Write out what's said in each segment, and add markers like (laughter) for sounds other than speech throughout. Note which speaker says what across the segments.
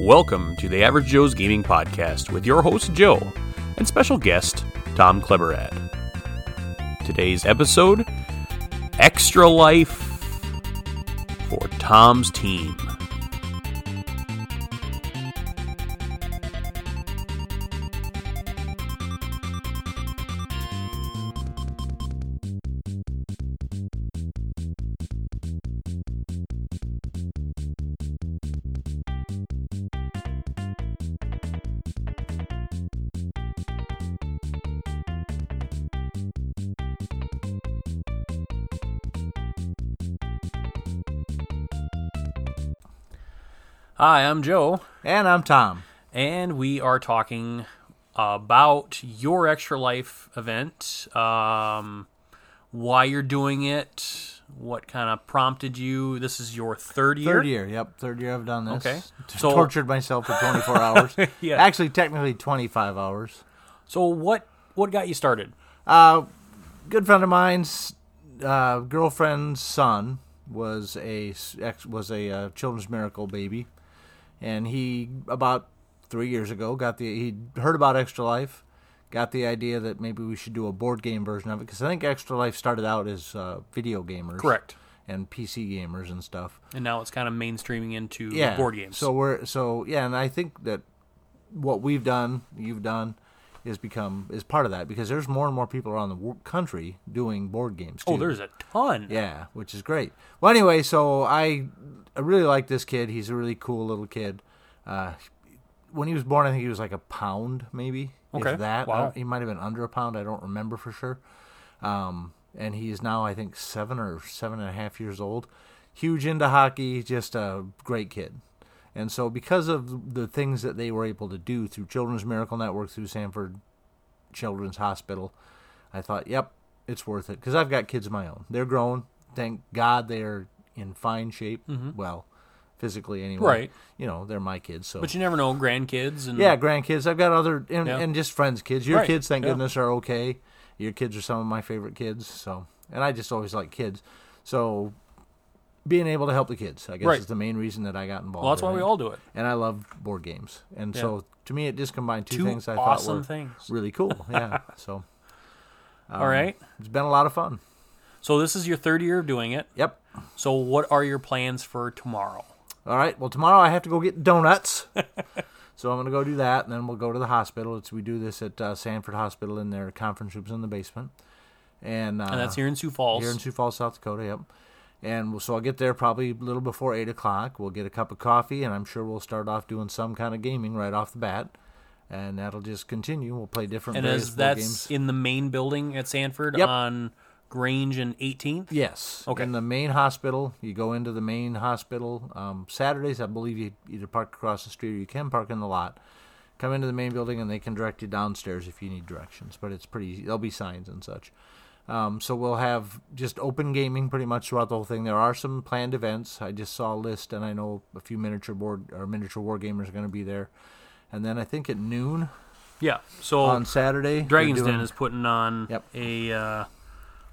Speaker 1: Welcome to the Average Joe's Gaming Podcast with your host, Joe, and special guest, Tom Kleberad. Today's episode Extra Life for Tom's Team. Hi, I'm Joe,
Speaker 2: And I'm Tom.
Speaker 1: and we are talking about your Extra Life event, um, why you're doing it, what kind of prompted you. This is your third year.
Speaker 2: Third year, yep, third year I've done this.
Speaker 1: Okay. So-
Speaker 2: So, Tortured myself for
Speaker 1: (laughs)
Speaker 2: 24 hours.
Speaker 1: Yeah.
Speaker 2: Actually, technically 25 hours.
Speaker 1: So what what got you started?
Speaker 2: Uh, good friend of mine's uh, girlfriend's son was a s- ex- was a uh, children's miracle baby, and he about three years ago got the he heard about Extra Life, got the idea that maybe we should do a board game version of it because I think Extra Life started out as uh, video gamers,
Speaker 1: Correct.
Speaker 2: and PC gamers and stuff.
Speaker 1: And now it's kind of mainstreaming into
Speaker 2: yeah.
Speaker 1: board games.
Speaker 2: So we're so yeah, and I think that what we've done, you've done, is become is part of that because there's more and more people around the wo- country doing board games. Too.
Speaker 1: oh, there's a ton.
Speaker 2: yeah, which is great. Well, anyway, so I I really like this kid. He's a really cool little kid. Uh, when he was born, I think he was like a pound, maybe. if
Speaker 1: Okay.
Speaker 2: that I
Speaker 1: Wow.
Speaker 2: don't- he might have been under a pound. I don't remember for sure. Um, and he is now, I think, seven or seven and a half years old. Huge into hockey, just a great kid. And so, because of the things that they were able to do through Children's Miracle Network, through Sanford Children's Hospital, I thought, yep, it's worth it. Because I've got kids of my own. They're grown. Thank God they're in fine shape. Well, physically, anyway.
Speaker 1: Mm-hmm. Right.
Speaker 2: You know, they're my kids. So
Speaker 1: But you never know, grandkids and
Speaker 2: yeah, grandkids. I've got other and,
Speaker 1: Yeah.
Speaker 2: and just friends' kids. Your
Speaker 1: Right,
Speaker 2: kids, thank
Speaker 1: yeah.
Speaker 2: goodness, are okay. Your kids are some of my favorite kids. So, and I just always like kids. So, being able to help the kids, I guess,
Speaker 1: Right.
Speaker 2: is the main reason that I got involved.
Speaker 1: well, that's
Speaker 2: in
Speaker 1: why we
Speaker 2: it.
Speaker 1: all do it.
Speaker 2: And I love board games, and so to me, it just combined two,
Speaker 1: Two
Speaker 2: things I thought
Speaker 1: awesome
Speaker 2: were
Speaker 1: things. (laughs)
Speaker 2: really cool. Yeah. so, um,
Speaker 1: all right.
Speaker 2: it's been a lot of fun.
Speaker 1: So this is your third year of doing it.
Speaker 2: Yep.
Speaker 1: So what are your plans for tomorrow?
Speaker 2: All right. Well, tomorrow I have to go
Speaker 1: (laughs)
Speaker 2: get donuts. so I'm going to go do that, and then we'll go to the hospital. It's, we do this at uh, Sanford Hospital in their conference rooms in the basement. And, uh,
Speaker 1: And that's here in Sioux Falls.
Speaker 2: here in Sioux Falls, South Dakota. Yep. And we'll, so I'll get there probably a little before eight o'clock. We'll get a cup of coffee, and I'm sure we'll start off doing some kind of gaming right off the bat, and that'll just continue. We'll play different
Speaker 1: and
Speaker 2: various
Speaker 1: as
Speaker 2: board
Speaker 1: that's
Speaker 2: games.
Speaker 1: in the main building at Sanford
Speaker 2: Yep.
Speaker 1: on Grange and 18th.
Speaker 2: Yes.
Speaker 1: Okay.
Speaker 2: In the main hospital, you go into the main hospital. Um, Saturdays, I believe you either park across the street or you can park in the lot. Come into the main building and they can direct you downstairs if you need directions. But it's pretty. There'll be signs and such. Um, so we'll have just open gaming pretty much throughout the whole thing. There are some planned events. I just saw a list, and I know a few miniature board or miniature war gamers are going to be there. And then I think at noon
Speaker 1: Yeah. So
Speaker 2: on Saturday, they're
Speaker 1: Dragon's Den
Speaker 2: doing-
Speaker 1: is putting on
Speaker 2: Yep.
Speaker 1: a uh,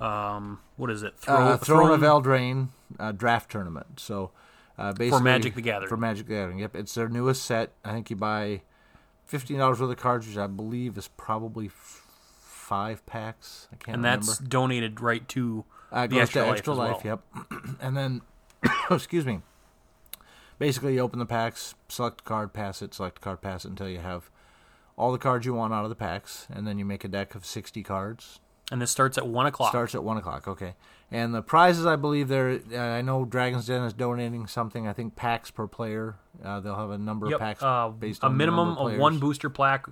Speaker 1: um, what is it? Throw,
Speaker 2: uh, Throne of
Speaker 1: Throne-
Speaker 2: Eldraine uh, draft tournament. So uh, basically
Speaker 1: Magic the Gathering.
Speaker 2: For Magic the Gathering, yep. It's their newest set. I think you buy fifteen dollars worth of cards, which I believe is probably f- five packs. I can't
Speaker 1: and
Speaker 2: remember.
Speaker 1: that's donated right to
Speaker 2: uh,
Speaker 1: the
Speaker 2: goes
Speaker 1: extra,
Speaker 2: to
Speaker 1: life
Speaker 2: extra
Speaker 1: as
Speaker 2: life.
Speaker 1: well.
Speaker 2: Yep. (clears throat) and then, (coughs) excuse me. Basically, you open the packs, select a card, pass it, select a card, pass it until you have all the cards you want out of the packs, and then you make a deck of sixty cards.
Speaker 1: And this starts at one o'clock.
Speaker 2: Starts at one o'clock. Okay. And the prizes, I believe, there. Uh, I know Dragons Den is donating something. I think packs per player. Uh, they'll have a number
Speaker 1: Yep.
Speaker 2: of packs
Speaker 1: uh,
Speaker 2: based
Speaker 1: a
Speaker 2: on the number
Speaker 1: minimum of
Speaker 2: players.
Speaker 1: one booster plaque,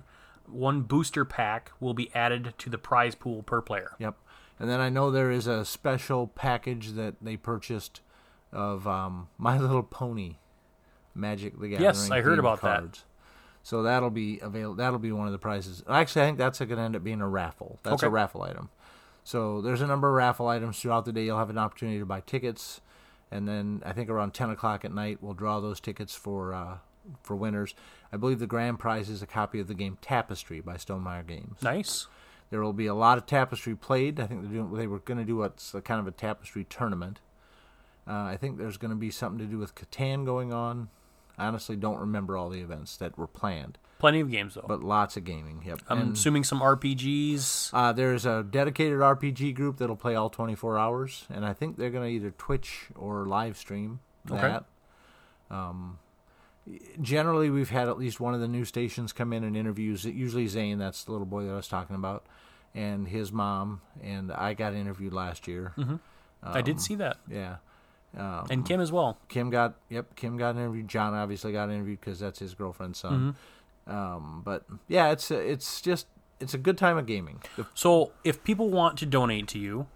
Speaker 1: one booster pack will be added to the prize pool per player.
Speaker 2: Yep. And then I know there is a special package that they purchased of um, (laughs) My Little Pony, Magic the Gathering.
Speaker 1: Yes, I heard
Speaker 2: themed
Speaker 1: about that.
Speaker 2: cards. So that'll be avail- That'll be one of the prizes. Actually, I think that's going to end up being a raffle. That's a
Speaker 1: Okay.
Speaker 2: raffle item. So there's a number of raffle items throughout the day. You'll have an opportunity to buy tickets, and then I think around 10 o'clock at night we'll draw those tickets for uh, for winners. I believe the grand prize is a copy of the game Tapestry by Stonemeyer Games.
Speaker 1: Nice.
Speaker 2: There will be a lot of tapestry played. I think they're doing, they were going to do what's a kind of a tapestry tournament. Uh, I think there's going to be something to do with Catan going on. honestly don't remember all the events that were planned,
Speaker 1: Plenty of games though.
Speaker 2: but lots of gaming. Yep.
Speaker 1: I'm
Speaker 2: And,
Speaker 1: assuming some RPGs.
Speaker 2: uh, there's a dedicated RPG group that'll play all 24 hours, and I think they're going to either Twitch or live stream
Speaker 1: Okay.
Speaker 2: that. Um, generally, we've had at least one of the news stations come in and interviews. Usually, Zane, that's the little boy that I was talking about, and his mom, and I got interviewed last year.
Speaker 1: I
Speaker 2: Um,
Speaker 1: did see that,
Speaker 2: Yeah. um,
Speaker 1: and Kim as well.
Speaker 2: Kim got yep. Kim got interviewed. John obviously got interviewed because that's his girlfriend's son. Um, but yeah, it's a, it's just it's a good time of gaming. The-
Speaker 1: So if people want to donate to you,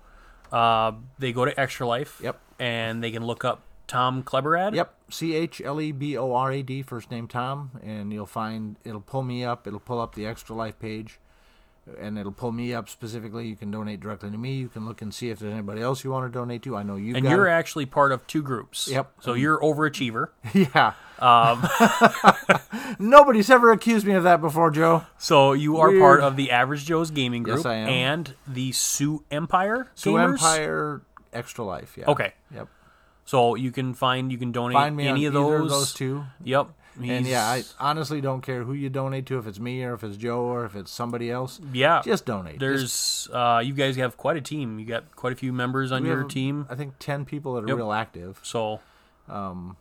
Speaker 1: uh, they go to Extra Life.
Speaker 2: Yep.
Speaker 1: And they can look up Tom Kleberad.
Speaker 2: yep, C H L E B O R A D first name Tom, and you'll find it'll pull me up. It'll pull up the extra life page, and it'll pull me up specifically. You can donate directly to me. You can look and see if there's anybody else you want to donate to. I know you.
Speaker 1: And
Speaker 2: got
Speaker 1: you're actually part of two groups.
Speaker 2: Yep.
Speaker 1: So you're overachiever.
Speaker 2: (laughs) yeah.
Speaker 1: Um.
Speaker 2: (laughs) Nobody's ever accused me of that before, Joe.
Speaker 1: So you are
Speaker 2: Weird.
Speaker 1: part of the Average Joe's Gaming Group
Speaker 2: Yes, I am.
Speaker 1: and the Sioux Empire.
Speaker 2: Sue
Speaker 1: Gamers?
Speaker 2: Empire Extra Life. Yeah.
Speaker 1: Okay.
Speaker 2: Yep.
Speaker 1: So you can find you can donate
Speaker 2: Find me
Speaker 1: any of
Speaker 2: on either
Speaker 1: those.
Speaker 2: of those two.
Speaker 1: Yep.
Speaker 2: And yeah, I
Speaker 1: He's-
Speaker 2: honestly don't care who you donate to, if it's me or if it's Joe or if it's somebody else.
Speaker 1: yeah.
Speaker 2: Just donate.
Speaker 1: there's
Speaker 2: Just-
Speaker 1: uh, you guys have quite a team. You got quite a few members on
Speaker 2: we
Speaker 1: your
Speaker 2: have,
Speaker 1: team.
Speaker 2: I think ten people that are real active.
Speaker 1: So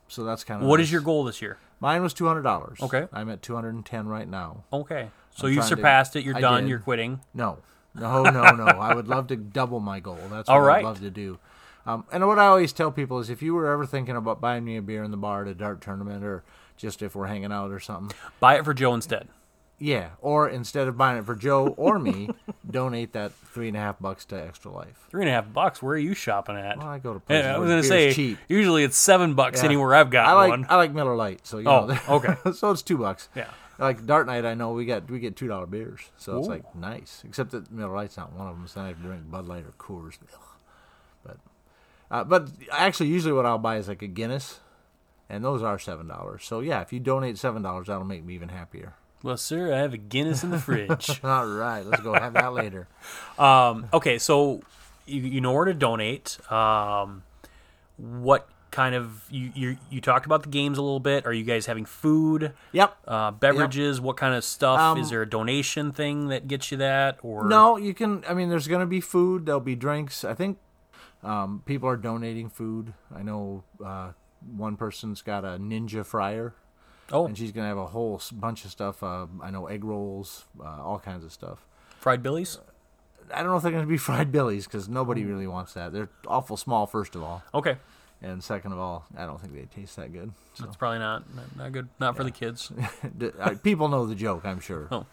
Speaker 2: So that's kind of
Speaker 1: what is your goal this year?
Speaker 2: Mine was two hundred dollars.
Speaker 1: Okay.
Speaker 2: I'm at two hundred and ten right now.
Speaker 1: Okay. So you
Speaker 2: trying to-
Speaker 1: surpassed it. You're
Speaker 2: I
Speaker 1: done.
Speaker 2: did.
Speaker 1: You're quitting.
Speaker 2: No, no, no,
Speaker 1: (laughs)
Speaker 2: no. I would love to double my goal. That's what
Speaker 1: All right.
Speaker 2: I'd love to do. Um, and what I always tell people is, if you were ever thinking about buying me a beer in the bar at a dart tournament, or just if we're hanging out or something,
Speaker 1: Buy it for Joe instead.
Speaker 2: yeah. Or instead of buying it for Joe
Speaker 1: (laughs)
Speaker 2: or me, donate that three and a half bucks to Extra Life.
Speaker 1: Three and a half bucks. Where are you shopping at?
Speaker 2: Well, I go to places
Speaker 1: Yeah, I
Speaker 2: where
Speaker 1: was gonna say
Speaker 2: beer's cheap.
Speaker 1: usually it's seven bucks
Speaker 2: Yeah.
Speaker 1: anywhere I've got
Speaker 2: I like
Speaker 1: one.
Speaker 2: I like Miller Lite, so you
Speaker 1: Oh,
Speaker 2: know. (laughs)
Speaker 1: okay.
Speaker 2: so it's two bucks.
Speaker 1: Yeah.
Speaker 2: Like Dart Night, I know we got we get two dollar beers, so it's
Speaker 1: Ooh.
Speaker 2: like nice. Except that Miller Lite's not one of them, so then I have to drink Bud Light or Coors. Ugh. But uh, but actually, usually what I'll buy is like a Guinness, and those are seven dollars. So yeah, if you donate seven dollars, that'll make me even happier. (laughs)
Speaker 1: Well, sir, I have a Guinness in the fridge.
Speaker 2: All right, let's go have that later.
Speaker 1: um, okay, so you, you know where to donate. Um, what kind of you, you you talked about the games a little bit? Are you guys having food?
Speaker 2: Yep.
Speaker 1: Uh, beverages, what kind of stuff?
Speaker 2: Um,
Speaker 1: Is there a donation thing that gets you that, or
Speaker 2: No, you can. I mean, there's going to be food. There'll be drinks. I think um, people are donating food. I know uh, one person's got a ninja fryer,
Speaker 1: Oh,
Speaker 2: and she's going to have a whole s- bunch of stuff. Uh, I know egg rolls, uh, all kinds of stuff.
Speaker 1: fried billies.
Speaker 2: I don't know if they're going to be (laughs) fried billies because nobody really wants that. They're awful small, first of all,
Speaker 1: Okay,
Speaker 2: and second of all, I don't think they taste that good. So
Speaker 1: that's probably not not good. Not for the
Speaker 2: (laughs)
Speaker 1: kids.
Speaker 2: D- uh, people know the joke, I'm sure.
Speaker 1: Oh.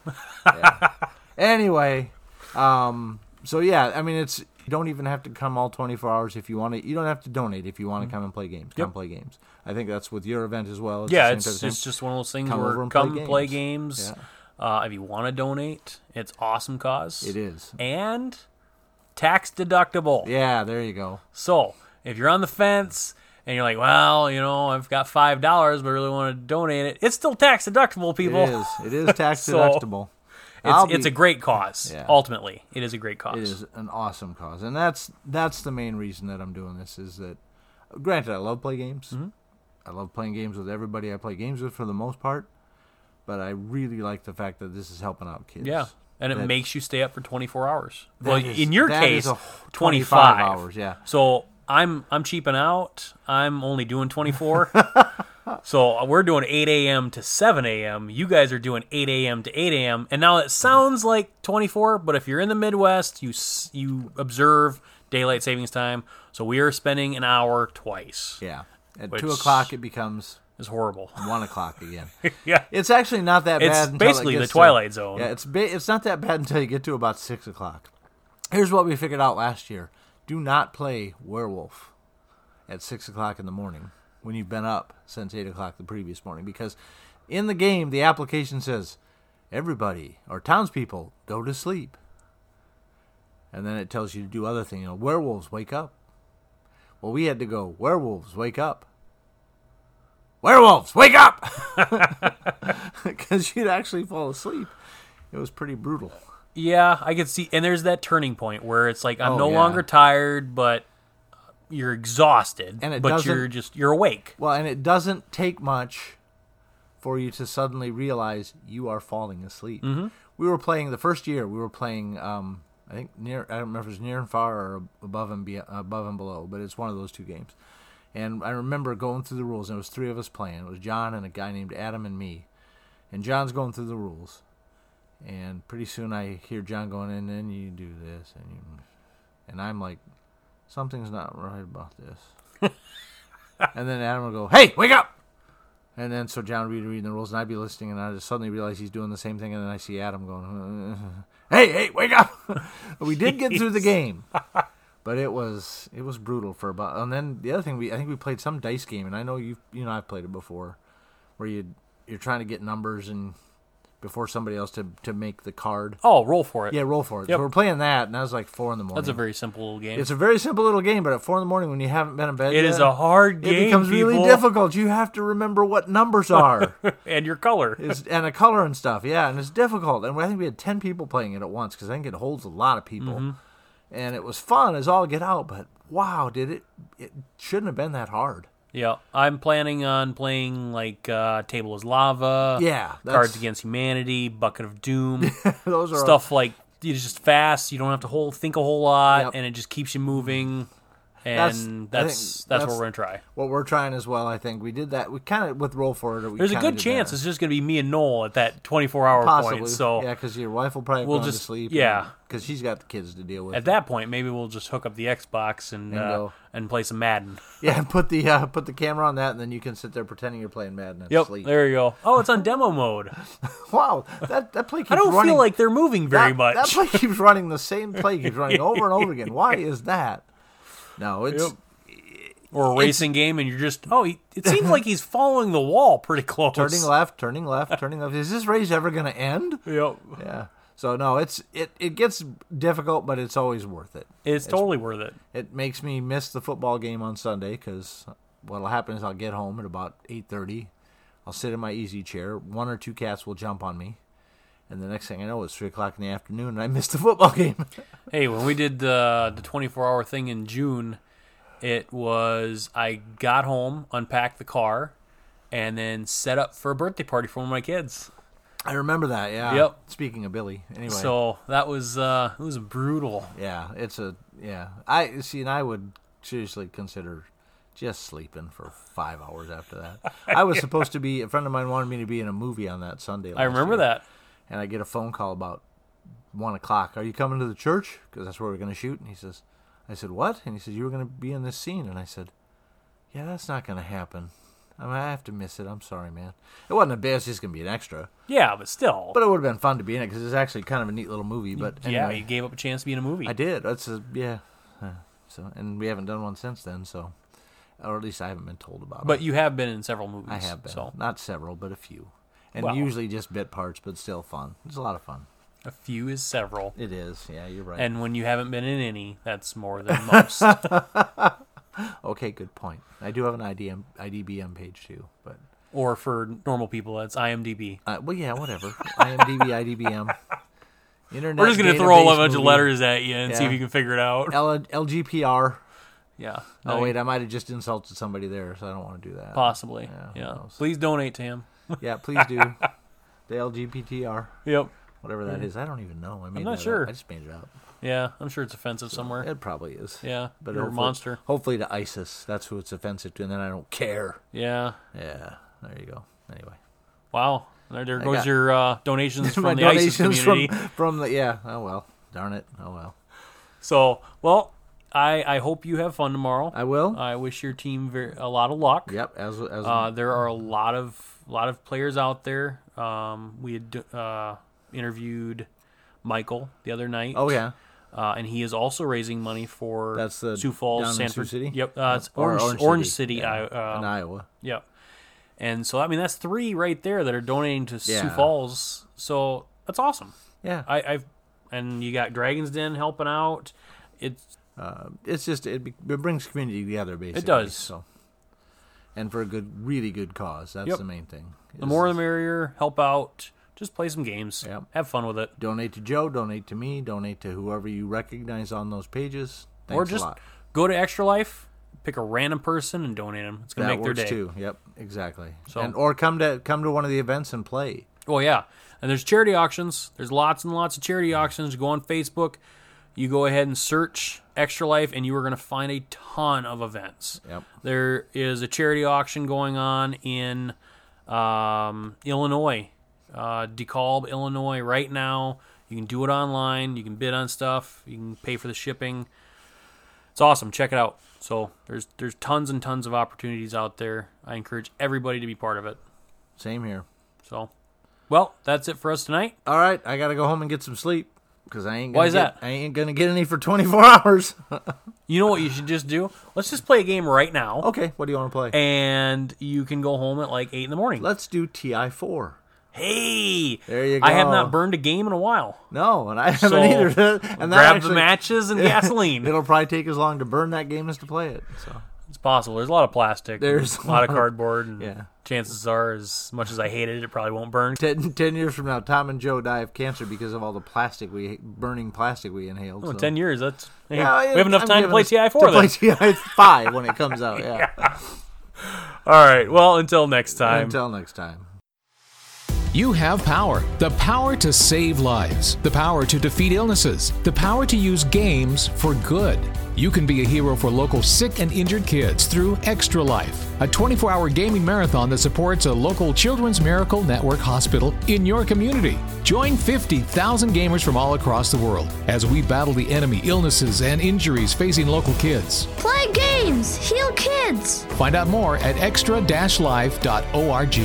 Speaker 2: Yeah. Anyway, um, so yeah, I mean, it's you don't even have to come all 24 hours if you want to. You don't have to donate if you want to come and play games.
Speaker 1: Mm-hmm.
Speaker 2: Come
Speaker 1: Yep.
Speaker 2: play games. I think that's with your event as well. the
Speaker 1: yeah,
Speaker 2: same type of
Speaker 1: it's
Speaker 2: thing.
Speaker 1: it's just one of those things
Speaker 2: Come over
Speaker 1: where
Speaker 2: and
Speaker 1: come
Speaker 2: play
Speaker 1: play games.
Speaker 2: Yeah.
Speaker 1: Uh, if you want to donate, it's awesome cause.
Speaker 2: it is.
Speaker 1: and tax deductible.
Speaker 2: Yeah, there you go.
Speaker 1: So if you're on the fence and you're like, well, you know, I've got five dollars, but I really want to donate it, it's still tax deductible,
Speaker 2: It
Speaker 1: people.
Speaker 2: is. It is
Speaker 1: (laughs)
Speaker 2: tax
Speaker 1: So,
Speaker 2: deductible. I'll
Speaker 1: It's, it's
Speaker 2: be-
Speaker 1: a great cause.
Speaker 2: Yeah.
Speaker 1: Ultimately, it is a great cause.
Speaker 2: It is an awesome cause, and that's that's the main reason that I'm doing this. Is that, granted, I love play games.
Speaker 1: Mm-hmm.
Speaker 2: I love playing games with everybody I play games with for the most part, but I really like the fact that this is helping out kids.
Speaker 1: Yeah, and it
Speaker 2: That-
Speaker 1: makes you stay up for 24 hours. Well,
Speaker 2: is-
Speaker 1: in your
Speaker 2: that
Speaker 1: case,
Speaker 2: is a wh-
Speaker 1: 25.
Speaker 2: 25 hours, yeah.
Speaker 1: So I'm I'm cheaping out. I'm only doing
Speaker 2: (laughs)
Speaker 1: 24. so we're doing 8 a.m. to 7 a.m. You guys are doing 8 a.m. to 8 a.m. And now it sounds like 24, but if you're in the Midwest, you s- you observe daylight savings time. So we are spending an hour twice.
Speaker 2: Yeah. At
Speaker 1: Which-
Speaker 2: two o'clock, it becomes
Speaker 1: It's horrible. (laughs)
Speaker 2: one o'clock again.
Speaker 1: yeah.
Speaker 2: It's actually not that
Speaker 1: It's
Speaker 2: bad. until it
Speaker 1: basically the
Speaker 2: gets to-
Speaker 1: Twilight Zone.
Speaker 2: Yeah, it's ba- it's not that bad until you get to about six o'clock. Here's what we figured out last year: do not play werewolf at six o'clock in the morning when you've been up since eight o'clock the previous morning, because in the game the application says everybody or townspeople go to sleep, and then it tells you to do other things. You know, werewolves wake up. Well, we had to go. Werewolves wake up. Werewolves wake up. (laughs) because you'd actually fall asleep. It was pretty brutal.
Speaker 1: Yeah, I could see, and there's that turning point where it's like I'm
Speaker 2: Oh,
Speaker 1: no
Speaker 2: yeah.
Speaker 1: longer tired, but you're exhausted,
Speaker 2: And it
Speaker 1: but
Speaker 2: doesn't-
Speaker 1: you're just you're awake.
Speaker 2: Well, and it doesn't take much for you to suddenly realize you are falling asleep. We were playing the first year. We were playing, um, I think near. I don't remember if it was near and far or above and be, above and below, but it's one of those two games. And I remember going through the rules, and it was three of us playing. It was John and a guy named Adam and me. And John's going through the rules, and pretty soon I hear John going, and then you do this, and you, and I'm like, something's not right about this. and then Adam would go, hey, wake up! And then so John would be reading the rules, and I'd be listening, and I just suddenly realize he's doing the same thing, and then I see Adam going, (laughs) hey, hey, wake up! (laughs) we did get through the game. But it was it was brutal for about and then the other thing we I think we played some dice game and I know you you know I've played it before where you you're trying to get numbers and before somebody else to to make the card
Speaker 1: Oh, roll for it.
Speaker 2: yeah, roll for it.
Speaker 1: Yep.
Speaker 2: So we're playing that, and that was like four in the morning.
Speaker 1: That's a very simple little game.
Speaker 2: it's a very simple little game, but at four in the morning when you haven't been in bed,
Speaker 1: It
Speaker 2: yet,
Speaker 1: is a hard game.
Speaker 2: It becomes really
Speaker 1: people.
Speaker 2: difficult. You have to remember what numbers are,
Speaker 1: (laughs) And your color.
Speaker 2: it's, and a color and stuff. Yeah, and it's difficult. And I think we had ten people playing it at once because I think it holds a lot of people,
Speaker 1: Mm-hmm.
Speaker 2: and it was fun as all get out. But wow, did it? It shouldn't have been that hard.
Speaker 1: Yeah, I'm planning on playing like uh, Table is Lava.
Speaker 2: Yeah,
Speaker 1: Cards
Speaker 2: that's-
Speaker 1: Against Humanity, Bucket of
Speaker 2: (laughs)
Speaker 1: Doom,
Speaker 2: Those are
Speaker 1: stuff like it's just fast. You don't have to whole think a whole lot,
Speaker 2: Yep.
Speaker 1: and it just keeps you moving.
Speaker 2: That's-
Speaker 1: And that's
Speaker 2: I think
Speaker 1: that's, what
Speaker 2: that's-
Speaker 1: we're gonna try.
Speaker 2: what we're trying as well. I think we did that. We kind of with roll for it. We
Speaker 1: There's a
Speaker 2: kinda
Speaker 1: good
Speaker 2: did
Speaker 1: chance
Speaker 2: that.
Speaker 1: it's just gonna be me and Noel at that 24 hour
Speaker 2: uh, Possibly,
Speaker 1: point. So
Speaker 2: yeah, because your wife will probably
Speaker 1: We'll
Speaker 2: go
Speaker 1: just-
Speaker 2: to sleep.
Speaker 1: yeah.
Speaker 2: because she's got the kids to deal with.
Speaker 1: at that point, maybe we'll just hook up the Xbox and
Speaker 2: And
Speaker 1: uh,
Speaker 2: go.
Speaker 1: and play some
Speaker 2: (laughs)
Speaker 1: Madden.
Speaker 2: (laughs) Yeah, and put the uh, put the camera on that, and then you can sit there pretending you're playing Madden and
Speaker 1: Yep,
Speaker 2: sleep.
Speaker 1: there you go. Oh, it's on demo
Speaker 2: (laughs)
Speaker 1: mode.
Speaker 2: Wow, that that play keeps
Speaker 1: I don't
Speaker 2: running.
Speaker 1: feel like they're moving
Speaker 2: that,
Speaker 1: very much.
Speaker 2: That play
Speaker 1: (laughs)
Speaker 2: keeps running the same play keeps running over and over again. Why is that? No, it's
Speaker 1: Yep. or a racing game, and you're just oh, he, it seems like he's following the wall pretty close. (laughs)
Speaker 2: turning left, turning left, turning left. Is this race ever going to end?
Speaker 1: Yep.
Speaker 2: Yeah. So no, it's it it gets difficult, but it's always worth it.
Speaker 1: It's, totally worth it.
Speaker 2: It makes me miss the football game on Sunday because what'll happen is I'll get home at about eight thirty. I'll sit in my easy chair. One or two cats will jump on me, and the next thing I know, it's three o'clock in the afternoon, and I missed the football (laughs) game.
Speaker 1: Hey, when we did the the 24 hour thing in June, it was I got home, unpacked the car, and then set up for a birthday party for one of my kids.
Speaker 2: I remember that. Yeah.
Speaker 1: Yep.
Speaker 2: Speaking of Billy, anyway.
Speaker 1: So that was uh, it was brutal.
Speaker 2: yeah, it's a yeah. I see, and I would seriously consider just sleeping for five hours after that.
Speaker 1: (laughs)
Speaker 2: I was supposed to be. A friend of mine wanted me to be in a movie on that Sunday.
Speaker 1: I
Speaker 2: last
Speaker 1: remember
Speaker 2: year,
Speaker 1: that.
Speaker 2: And I get a phone call about one o'clock. Are you coming to the church? Because that's where we're going to shoot. And he says, I said what? And he says you were going to be in this scene. And I said, Yeah, that's not going to happen. I, mean, I have to miss it. I'm sorry, man. It wasn't a bit. It's just going to be an extra.
Speaker 1: Yeah, but still.
Speaker 2: But it would have been fun to be in it because it's actually kind of a neat little movie. But
Speaker 1: yeah,
Speaker 2: anyway,
Speaker 1: you gave up a chance to be in a movie.
Speaker 2: I did. That's a yeah. Uh, So and we haven't done one since then. So, or at least I haven't been told about
Speaker 1: But
Speaker 2: it.
Speaker 1: you have been in several movies.
Speaker 2: I have been
Speaker 1: So
Speaker 2: not several, but a few, and
Speaker 1: Well.
Speaker 2: usually just bit parts, but still fun. It's a lot of fun.
Speaker 1: a few is several.
Speaker 2: It is. Yeah, you're right.
Speaker 1: And when you haven't been in any, that's more than
Speaker 2: (laughs)
Speaker 1: most.
Speaker 2: okay, good point. I do have an IDM IDBM page too, but
Speaker 1: or for normal people, that's IMDb.
Speaker 2: uh, well, yeah, whatever. (laughs) IMDb IDBM. Internet.
Speaker 1: We're just gonna throw a
Speaker 2: database
Speaker 1: bunch of
Speaker 2: movie.
Speaker 1: letters at you and see if
Speaker 2: Yeah.
Speaker 1: you can figure it out.
Speaker 2: L- LGPR.
Speaker 1: Yeah.
Speaker 2: Oh
Speaker 1: No,
Speaker 2: wait, I might have just insulted somebody there, so I don't want to do that.
Speaker 1: Possibly. Yeah.
Speaker 2: who knows?
Speaker 1: Please donate to him.
Speaker 2: Yeah, please do.
Speaker 1: (laughs)
Speaker 2: the LGBTR,
Speaker 1: Yep.
Speaker 2: whatever that is. I don't even know. I made
Speaker 1: Mm-hmm. not
Speaker 2: that
Speaker 1: sure.
Speaker 2: Up. I just made it up.
Speaker 1: Yeah. I'm sure it's offensive somewhere.
Speaker 2: It probably is.
Speaker 1: Yeah. But you're a
Speaker 2: hopefully-
Speaker 1: monster.
Speaker 2: Hopefully to ISIS. That's who it's offensive to, and then I don't care.
Speaker 1: Yeah.
Speaker 2: Yeah. There you go. Anyway.
Speaker 1: Wow. There, there goes
Speaker 2: got-
Speaker 1: your
Speaker 2: (laughs)
Speaker 1: uh, donations from
Speaker 2: My
Speaker 1: the ISIS
Speaker 2: donations
Speaker 1: community.
Speaker 2: (laughs) from from the yeah. Oh well. Darn it. Oh well.
Speaker 1: So, well, I, I hope you have fun tomorrow.
Speaker 2: I will.
Speaker 1: I wish your team ver a lot of luck.
Speaker 2: yep. As as
Speaker 1: Uh, there are a lot of lot of players out there. Um, we had uh, interviewed Michael the other night.
Speaker 2: oh yeah.
Speaker 1: uh, and he is also raising money for
Speaker 2: That's the
Speaker 1: Sioux Falls,
Speaker 2: down in Sioux
Speaker 1: Sanford
Speaker 2: City?
Speaker 1: Yep, uh, it's
Speaker 2: Or
Speaker 1: Orange, Orange, City.
Speaker 2: yeah,
Speaker 1: I, uh,
Speaker 2: in Iowa.
Speaker 1: Yep. And so I mean that's three right there that are donating to Sioux
Speaker 2: Yeah.
Speaker 1: Falls. So that's awesome.
Speaker 2: Yeah.
Speaker 1: I, I've and you got Dragons Den helping out. It's
Speaker 2: uh, it's just it, be- it brings community together basically.
Speaker 1: does.
Speaker 2: So. And for a good, really good cause. That's
Speaker 1: Yep.
Speaker 2: the main thing.
Speaker 1: the more the merrier. Help out. Just play some games.
Speaker 2: Yep.
Speaker 1: Have fun with it.
Speaker 2: donate to Joe, donate to me, donate to whoever you recognize on those pages. Thanks
Speaker 1: or just
Speaker 2: a lot.
Speaker 1: go to Extra Life, pick a random person and donate them. It's gonna
Speaker 2: That
Speaker 1: make their
Speaker 2: works
Speaker 1: day.
Speaker 2: too. Yep, exactly.
Speaker 1: So-
Speaker 2: and or come to come to one of the events and play.
Speaker 1: Well, yeah. And there's charity auctions. There's lots and lots of charity auctions. Go on Facebook. You go ahead and search Extra Life, and you are going to find a ton of events.
Speaker 2: Yep.
Speaker 1: There is a charity auction going on in um, Illinois, uh, DeKalb, Illinois, right now. You can do it online. You can bid on stuff. You can pay for the shipping. It's awesome. Check it out. So there's there's tons and tons of opportunities out there. I encourage everybody to be part of it.
Speaker 2: Same here.
Speaker 1: So, well, that's it for us tonight.
Speaker 2: All right, I gotta go home and get some sleep because I ain't. Gonna
Speaker 1: Why is
Speaker 2: get-
Speaker 1: that?
Speaker 2: I ain't gonna get any for 24 (laughs) hours.
Speaker 1: You know what you should just do? Let's just play a game right now,
Speaker 2: okay, what do you want to play?
Speaker 1: and you can go home at like eight in the morning.
Speaker 2: Let's do Ti4.
Speaker 1: hey,
Speaker 2: There you
Speaker 1: I have
Speaker 2: go.
Speaker 1: not burned a game in a while.
Speaker 2: No, and I haven't
Speaker 1: So,
Speaker 2: either. (laughs) and that
Speaker 1: Grab
Speaker 2: actually-
Speaker 1: the matches
Speaker 2: (laughs)
Speaker 1: and gasoline.
Speaker 2: It'll probably take as long to burn that game as to play it. So
Speaker 1: It's possible. There's a lot of plastic.
Speaker 2: There's
Speaker 1: a lot
Speaker 2: (laughs)
Speaker 1: of cardboard. And
Speaker 2: Yeah.
Speaker 1: Chances are, as much as I hate it, it probably won't burn.
Speaker 2: ten, 10 years from now, Tom and Joe die of cancer because of all the plastic we burning plastic we inhaled.
Speaker 1: Oh,
Speaker 2: so.
Speaker 1: Ten years. That's hey,
Speaker 2: Yeah,
Speaker 1: we have enough
Speaker 2: I'm
Speaker 1: time to
Speaker 2: giving
Speaker 1: play
Speaker 2: us-
Speaker 1: Ti
Speaker 2: to
Speaker 1: four. Then.
Speaker 2: play Ti five when
Speaker 1: (laughs)
Speaker 2: it comes out. Yeah.
Speaker 1: All right. Well, until next time.
Speaker 2: Until next time.
Speaker 3: You have power. The power to save lives, the power to defeat illnesses, the power to use games for good. You can be a hero for local sick and injured kids through Extra Life, a 24 hour gaming marathon that supports a local Children's Miracle Network hospital in your community. Join 50,000 gamers from all across the world as we battle the enemy illnesses and injuries facing local kids.
Speaker 4: Play games, heal kids.
Speaker 3: Find out more at extra life.org.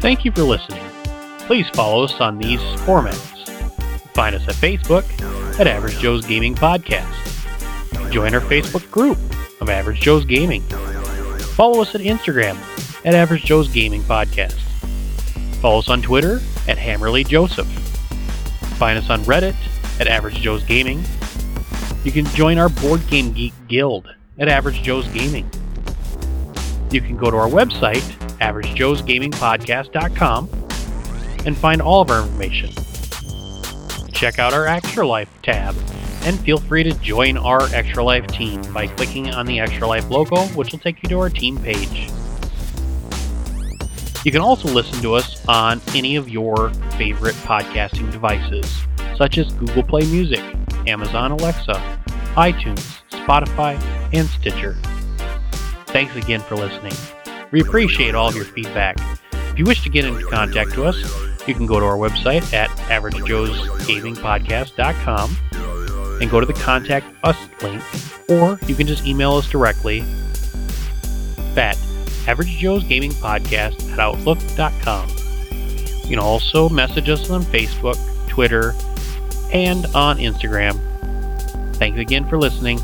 Speaker 5: Thank you for listening. Please follow us on these formats. Find us at Facebook at Average Joe's Gaming Podcast. Join our Facebook group of Average Joe's Gaming. Follow us at Instagram at Average Joe's Gaming Podcast. Follow us on Twitter at Hammerly Joseph. Find us on Reddit at Average Joe's Gaming. You can join our Board Game Geek Guild at Average Joe's Gaming. You can go to our website, averagejoesgamingpodcast.com, and find all of our information. Check out our Extra Life tab and feel free to join our Extra Life team by clicking on the Extra Life logo, which will take you to our team page. You can also listen to us on any of your favorite podcasting devices, such as Google Play Music, Amazon Alexa, iTunes, Spotify, and Stitcher. Thanks again for listening. We appreciate all of your feedback. If you wish to get into contact with us, you can go to our website at averagejoesgamingpodcast.com and go to the contact us link, or you can just email us directly at averagejoesgamingpodcast at outlook.com. You can also message us on Facebook, Twitter, and on Instagram. Thanks again for listening.